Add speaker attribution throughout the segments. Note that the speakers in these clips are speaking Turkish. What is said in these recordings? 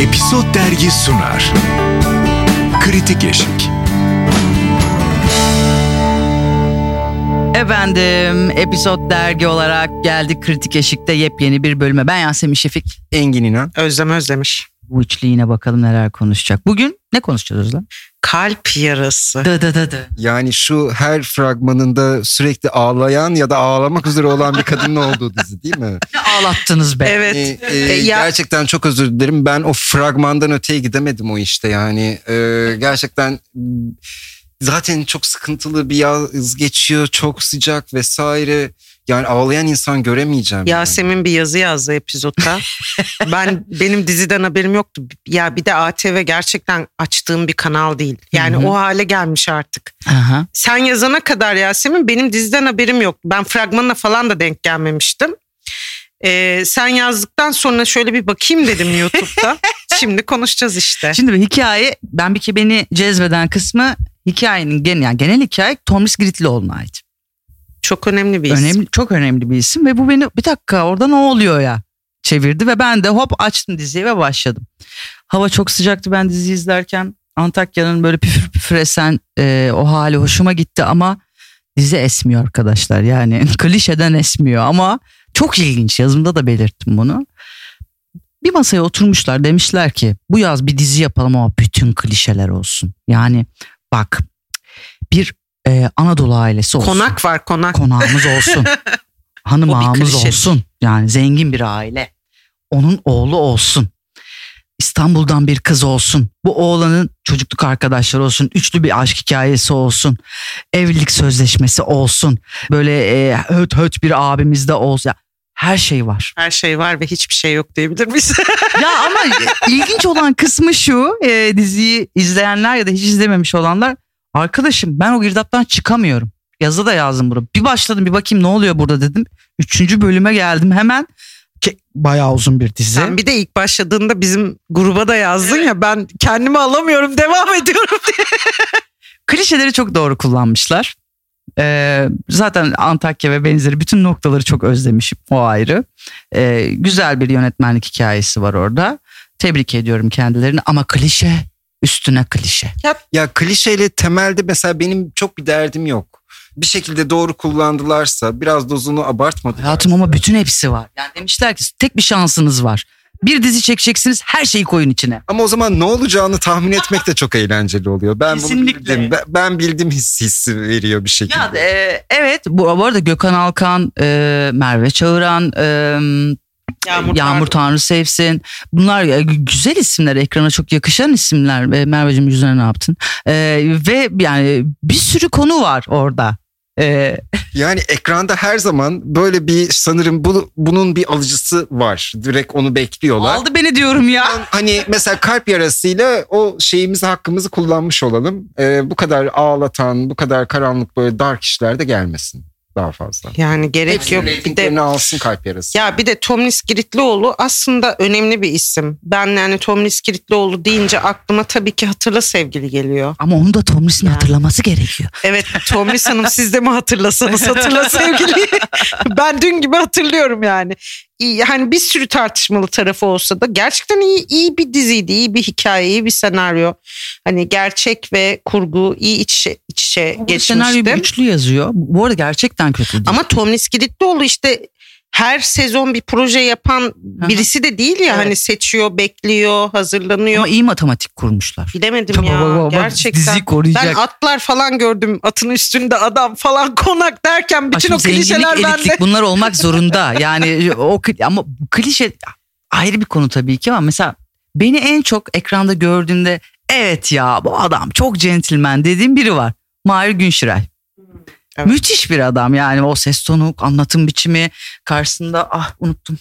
Speaker 1: Episod Dergi sunar. Kritik Eşik.
Speaker 2: Efendim, episod dergi olarak geldik Kritik Eşik'te yepyeni bir bölüme. Ben Yasemin Şefik.
Speaker 3: Engin İnan.
Speaker 4: Özlem Özdemiş.
Speaker 2: Bu üçlüğüne bakalım neler konuşacak. Bugün ne konuşacağız lan?
Speaker 4: Kalp yarası.
Speaker 2: Dı dı dı dı.
Speaker 3: Yani şu her fragmanında sürekli ağlayan ya da ağlamak üzere olan bir kadının olduğu dizi değil mi?
Speaker 2: Ne ağlattınız be.
Speaker 4: Evet.
Speaker 3: Ee, e,
Speaker 4: E, ya-
Speaker 3: Gerçekten çok özür dilerim. Ben o fragmandan öteye gidemedim o işte yani. Ee, gerçekten m, zaten çok sıkıntılı bir yaz geçiyor. Çok sıcak vesaire. Yani ağlayan insan göremeyeceğim. yani.
Speaker 4: Yasemin bir yazı yazdı epizodda. ben benim diziden haberim yoktu. Ya bir de ATV gerçekten açtığım bir kanal değil. Yani
Speaker 2: Hı hı.
Speaker 4: o hale gelmiş artık.
Speaker 2: Aha.
Speaker 4: Sen yazana kadar Yasemin benim diziden haberim yoktu. Ben fragmanına falan da denk gelmemiştim. Ee, sen yazdıktan sonra şöyle bir bakayım dedim YouTube'da. Şimdi konuşacağız işte.
Speaker 2: Şimdi bir hikaye, ben bir ki beni cezbeden kısmı hikayenin genel, yani genel hikaye Tomris Gritlioğlu'na ait.
Speaker 4: Çok önemli bir isim.
Speaker 2: Önemli, çok önemli bir isim ve bu beni bir dakika orada ne oluyor ya çevirdi ve ben de hop açtım diziyi ve başladım. Hava çok sıcaktı ben dizi izlerken Antakya'nın böyle püfür püfür esen e, o hali hoşuma gitti ama dizi esmiyor arkadaşlar yani klişeden esmiyor ama çok ilginç yazımda da belirttim bunu. Bir masaya oturmuşlar demişler ki bu yaz bir dizi yapalım ama bütün klişeler olsun. Yani bak bir e, Anadolu ailesi olsun
Speaker 4: Konak var konak.
Speaker 2: konağımız olsun. Hanım
Speaker 4: O bir
Speaker 2: ağamız
Speaker 4: klişe.
Speaker 2: olsun. Yani zengin bir aile. Onun oğlu olsun. İstanbul'dan bir kız olsun. Bu oğlanın çocukluk arkadaşları olsun. Üçlü bir aşk hikayesi olsun. Evlilik sözleşmesi olsun. Böyle e, höt höt bir abimiz de olsun. Ya, Her şey var.
Speaker 4: Her şey var ve hiçbir şey yok diyebilir miyiz?
Speaker 2: Ya ama ilginç olan kısmı şu e, diziyi izleyenler ya da hiç izlememiş olanlar arkadaşım ben o girdaptan çıkamıyorum. Yazı da yazdım bunu. Bir başladım bir bakayım ne oluyor burada dedim. Üçüncü bölüme geldim hemen. Ke- Bayağı uzun bir dizi.
Speaker 4: Sen bir de ilk başladığında bizim gruba da yazdın ya ben kendimi alamıyorum devam ediyorum.
Speaker 2: Klişeleri çok doğru kullanmışlar. Ee, zaten Antakya ve benzeri bütün noktaları çok özlemişim o ayrı. Ee, güzel bir yönetmenlik hikayesi var orada. Tebrik ediyorum kendilerini ama klişe üstüne klişe.
Speaker 3: Ya klişeyle temelde mesela benim çok bir derdim yok. Bir şekilde doğru kullandılarsa biraz dozunu abartmadılar.
Speaker 2: Hayatım ama bütün hepsi var. Yani demişler ki tek bir şansınız var. Bir dizi çekeceksiniz her şeyi koyun içine.
Speaker 3: Ama o zaman ne olacağını tahmin etmek de çok eğlenceli oluyor. Ben
Speaker 2: Kesinlikle.
Speaker 3: bunu bildim. Ben, ben bildim hissi, hissi veriyor bir şekilde.
Speaker 2: Ya e, evet bu, bu arada Gökhan Alkan, e, Merve Çağıran, e, Yağmur, Tanrı Sevsin. Bunlar e, gü- güzel isimler ekrana çok yakışan isimler. E, Merveciğim yüzüne ne yaptın? E, ve yani bir sürü konu var orada. E,
Speaker 3: Yani ekranda her zaman böyle bir sanırım bu, bunun bir alıcısı var. Direkt onu bekliyorlar.
Speaker 2: aldı beni diyorum ya.
Speaker 3: Hani mesela kalp yarasıyla o şeyimizi hakkımızı kullanmış olalım. Ee, bu kadar ağlatan, bu kadar karanlık böyle dark işler de gelmesin daha fazla.
Speaker 4: Yani gerek
Speaker 3: Hepsinin
Speaker 4: yok. Bir de
Speaker 3: reytinglerini alsın kalp yarası.
Speaker 4: ya bir de Tomris Giritlioğlu aslında önemli bir isim. Ben yani Tomris Giritlioğlu deyince aklıma tabii ki hatırla sevgili geliyor.
Speaker 2: Ama onu da Tomris'in hatırlaması gerekiyor.
Speaker 4: Evet Tomris Hanım siz de mi hatırlasanız hatırla sevgili. ben dün gibi hatırlıyorum yani. İyi, hani bir sürü tartışmalı tarafı olsa da gerçekten iyi, iyi bir diziydi, iyi bir hikaye, iyi bir senaryo. Hani gerçek ve kurgu iyi iç içe, iç içe
Speaker 2: Bu
Speaker 4: geçmişti.
Speaker 2: senaryo güçlü yazıyor. Bu arada gerçekten kötü değil.
Speaker 4: Ama Tomlis Giritlioğlu işte her sezon bir proje yapan birisi de değil ya
Speaker 2: Evet.
Speaker 4: hani seçiyor, bekliyor, hazırlanıyor.
Speaker 2: Ama iyi matematik kurmuşlar.
Speaker 4: Bilemedim
Speaker 2: Baba,
Speaker 4: ya
Speaker 2: baba, baba,
Speaker 4: gerçekten.
Speaker 2: Dizi koruyacak.
Speaker 4: Ben atlar falan gördüm atın üstünde adam falan konak derken bütün
Speaker 2: Aşkım,
Speaker 4: o klişeler
Speaker 2: zenginlik,
Speaker 4: bende.
Speaker 2: elitlik bunlar olmak zorunda. Yani o kli- ama bu klişe ayrı bir konu tabii ki ama mesela beni en çok ekranda gördüğümde evet ya bu adam çok centilmen dediğim biri var. Mahir Günşiray.
Speaker 4: Evet.
Speaker 2: Müthiş bir adam yani o ses tonu, anlatım biçimi karşısında ah unuttum.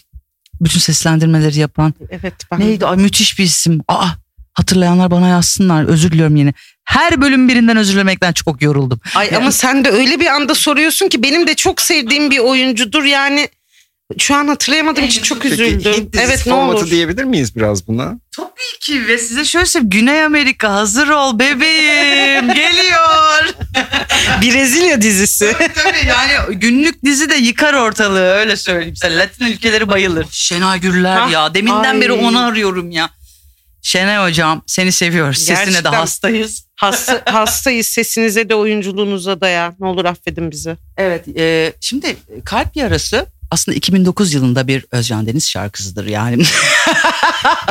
Speaker 2: Bütün seslendirmeleri yapan
Speaker 4: Evet ben
Speaker 2: Neydi? Ay, müthiş bir isim. Aa, hatırlayanlar bana yazsınlar. Özür diliyorum yine. Her bölüm birinden özür dilemekten çok yoruldum.
Speaker 4: Ay ama sen de öyle bir anda soruyorsun ki benim de çok sevdiğim bir oyuncudur yani. Şu an hatırlayamadığım için çok
Speaker 3: Peki,
Speaker 4: üzüldüm.
Speaker 3: Hint dizisi
Speaker 4: Evet ne
Speaker 3: formatı
Speaker 4: olur.
Speaker 3: diyebilir miyiz biraz buna?
Speaker 2: Tabii ki ve size şöyle söyleyeyim. Güney Amerika hazır ol bebeğim geliyor.
Speaker 4: Brezilya dizisi.
Speaker 2: Tabii yani günlük dizi de yıkar ortalığı öyle söyleyeyim size. Latin ülkeleri bayılır. Şenay Gürler
Speaker 4: Hah,
Speaker 2: ya deminden
Speaker 4: ay.
Speaker 2: beri onu arıyorum ya. Şenay hocam seni seviyoruz. Sesine
Speaker 4: Gerçekten-
Speaker 2: de hastayız.
Speaker 4: Hasta, hastayız sesinize de oyunculuğunuza da ya. Ne olur affedin bizi.
Speaker 2: Evet e, şimdi Kalp Yarası aslında 2009 yılında bir Özcan Deniz şarkısıdır yani.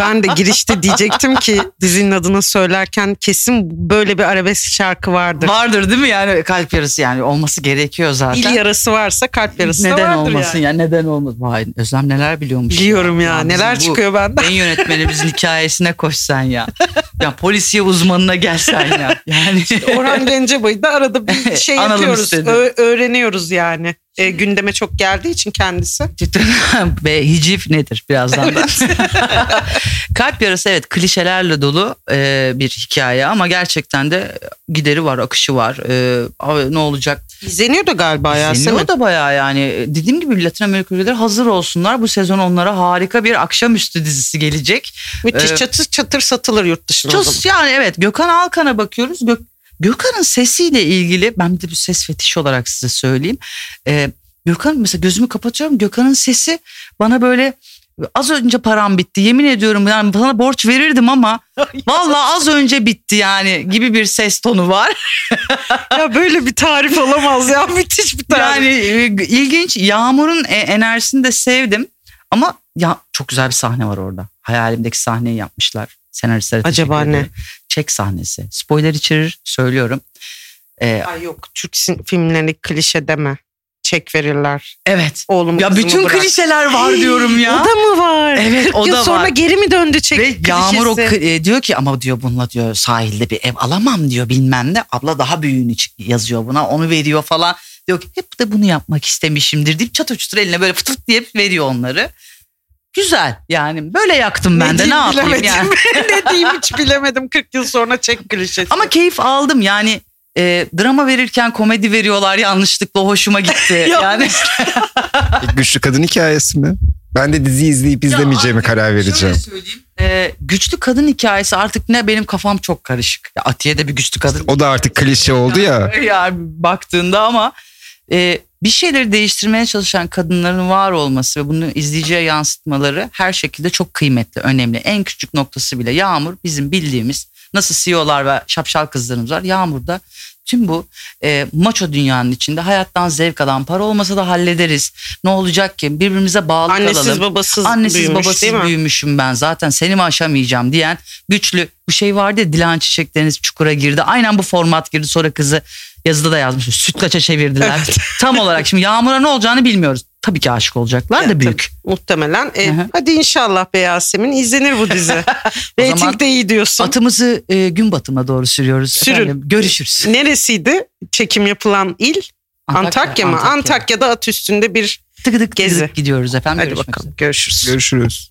Speaker 4: Ben de girişte diyecektim ki dizinin adını söylerken kesin böyle bir arabesk şarkı vardır.
Speaker 2: Vardır değil mi yani Kalp Yarası yani olması gerekiyor zaten.
Speaker 4: İl yarası varsa kalp yarası da
Speaker 2: neden
Speaker 4: vardır
Speaker 2: olmasın
Speaker 4: yani.
Speaker 2: ya neden olmaz. Vay Özlem neler biliyormuş.
Speaker 4: Biliyorum ya,
Speaker 2: bizim
Speaker 4: neler
Speaker 2: bu
Speaker 4: çıkıyor benden.
Speaker 2: En yönetmenimizin hikayesine koşsan ya. Ya polisiye uzmanına gelsen ya. Yani
Speaker 4: Orhan Gencebay'ı da arada bir şey
Speaker 2: Analım
Speaker 4: yapıyoruz.
Speaker 2: istedi.
Speaker 4: ö- öğreniyoruz yani. E, gündeme çok geldiği için kendisi.
Speaker 2: Cidden. ve hicif nedir birazdan da. Kalp yarası evet klişelerle dolu e, bir hikaye ama gerçekten de gideri var, akışı var. E, a- ne olacak?
Speaker 4: İzleniyor da galiba ya.
Speaker 2: İzleniyor
Speaker 4: Semet.
Speaker 2: da bayağı yani. e, Dediğim gibi Latin Amerika ülkeleri hazır olsunlar. Bu sezon onlara harika bir akşamüstü dizisi gelecek.
Speaker 4: Müthiş
Speaker 2: Ee,
Speaker 4: çatır çatır satılır yurt dışına. o zaman.
Speaker 2: Cus yani evet Gökhan Alkan'a bakıyoruz. Gök, Gökhan'ın sesiyle ilgili ben bir de bir ses fetişi olarak size söyleyeyim. Ee, Gökhan mesela gözümü kapatıyorum Gökhan'ın sesi bana böyle az önce param bitti yemin ediyorum yani bana borç verirdim ama vallahi az önce bitti yani gibi bir ses tonu var.
Speaker 4: ya böyle bir tarif olamaz ya. Müthiş bir tarif.
Speaker 2: Yani e, ilginç Yağmur'un e, enerjisini de sevdim ama ya çok güzel bir sahne var orada. Hayalimdeki sahneyi yapmışlar. Senaristlere teşekkür
Speaker 4: Acaba ne?
Speaker 2: ederim. Çek sahnesi. Spoiler içerir söylüyorum. Ee,
Speaker 4: Ay yok Türk sin- filmlerini klişe deme. Çek verirler.
Speaker 2: Evet.
Speaker 4: Oğlum
Speaker 2: Ya
Speaker 4: kızımı
Speaker 2: bütün
Speaker 4: bırak.
Speaker 2: klişeler var diyorum
Speaker 4: O
Speaker 2: ya.
Speaker 4: da mı var?
Speaker 2: Evet,
Speaker 4: Kırk
Speaker 2: o
Speaker 4: yıl
Speaker 2: da
Speaker 4: sonra
Speaker 2: var.
Speaker 4: geri mi döndü çek
Speaker 2: Ve Yağmur o
Speaker 4: klişesi?
Speaker 2: kı- e, diyor ki ama diyor bununla diyor sahilde bir ev alamam diyor bilmem ne. Abla daha büyüğünü çı- yazıyor buna onu veriyor falan. Diyor ki hep de bunu yapmak istemişimdir deyip çatır çutur eline böyle fıt fıt diye veriyor onları. Güzel yani böyle yaktım ben de ne
Speaker 4: diyeyim
Speaker 2: yapayım
Speaker 4: bilemedim.
Speaker 2: yani.
Speaker 4: ne diyeyim hiç bilemedim 40 yıl sonra çek klişesi.
Speaker 2: Ama keyif aldım yani e, drama verirken komedi veriyorlar yanlışlıkla hoşuma gitti. yani
Speaker 3: Güçlü kadın hikayesi mi? Ben de dizi izleyip izlemeyeceğime
Speaker 2: artık
Speaker 3: karar vereceğim.
Speaker 2: Şöyle söyleyeyim. e, güçlü kadın hikayesi artık ne benim kafam çok karışık. Ya Atiye'de bir güçlü kadın
Speaker 3: O da artık klişe oldu ya.
Speaker 2: yani baktığında ama e, bir şeyleri değiştirmeye çalışan kadınların var olması ve bunu izleyiciye yansıtmaları her şekilde çok kıymetli, önemli. En küçük noktası bile Yağmur bizim bildiğimiz nasıl CEO'lar ve şapşal kızlarımız var. Yağmur da tüm bu e, maço dünyanın içinde hayattan zevk alan para olmasa da hallederiz. Ne olacak ki birbirimize bağlı kalalım.
Speaker 4: Annesiz babasız
Speaker 2: Annesiz
Speaker 4: büyümüş
Speaker 2: babasız
Speaker 4: değil mi?
Speaker 2: büyümüşüm ben zaten seni mi aşamayacağım diyen güçlü bu şey vardı ya Dilan Çiçek Deniz Çukur'a girdi. Aynen bu format girdi sonra kızı yazıda da yazmış sütlaça çevirdiler. Tam olarak şimdi Yağmur'a ne olacağını bilmiyoruz. Tabii ki aşık olacaklar
Speaker 4: Ya,
Speaker 2: da büyük.
Speaker 4: Muhtemelen. E,
Speaker 2: Hı hı.
Speaker 4: hadi inşallah be Yasemin izlenir bu dizi.
Speaker 2: O zaman
Speaker 4: Rating de iyi diyorsun.
Speaker 2: Atımızı e, gün batımına doğru sürüyoruz.
Speaker 4: Sürün.
Speaker 2: Efendim, görüşürüz.
Speaker 4: Neresiydi çekim yapılan il? Antakya, mı? Antakya'da at üstünde bir
Speaker 2: Tıkı tık
Speaker 4: Gezi.
Speaker 2: tık gidiyoruz efendim.
Speaker 4: hadi
Speaker 2: Görüşmek üzere.
Speaker 4: bakalım görüşürüz.
Speaker 3: Görüşürüz.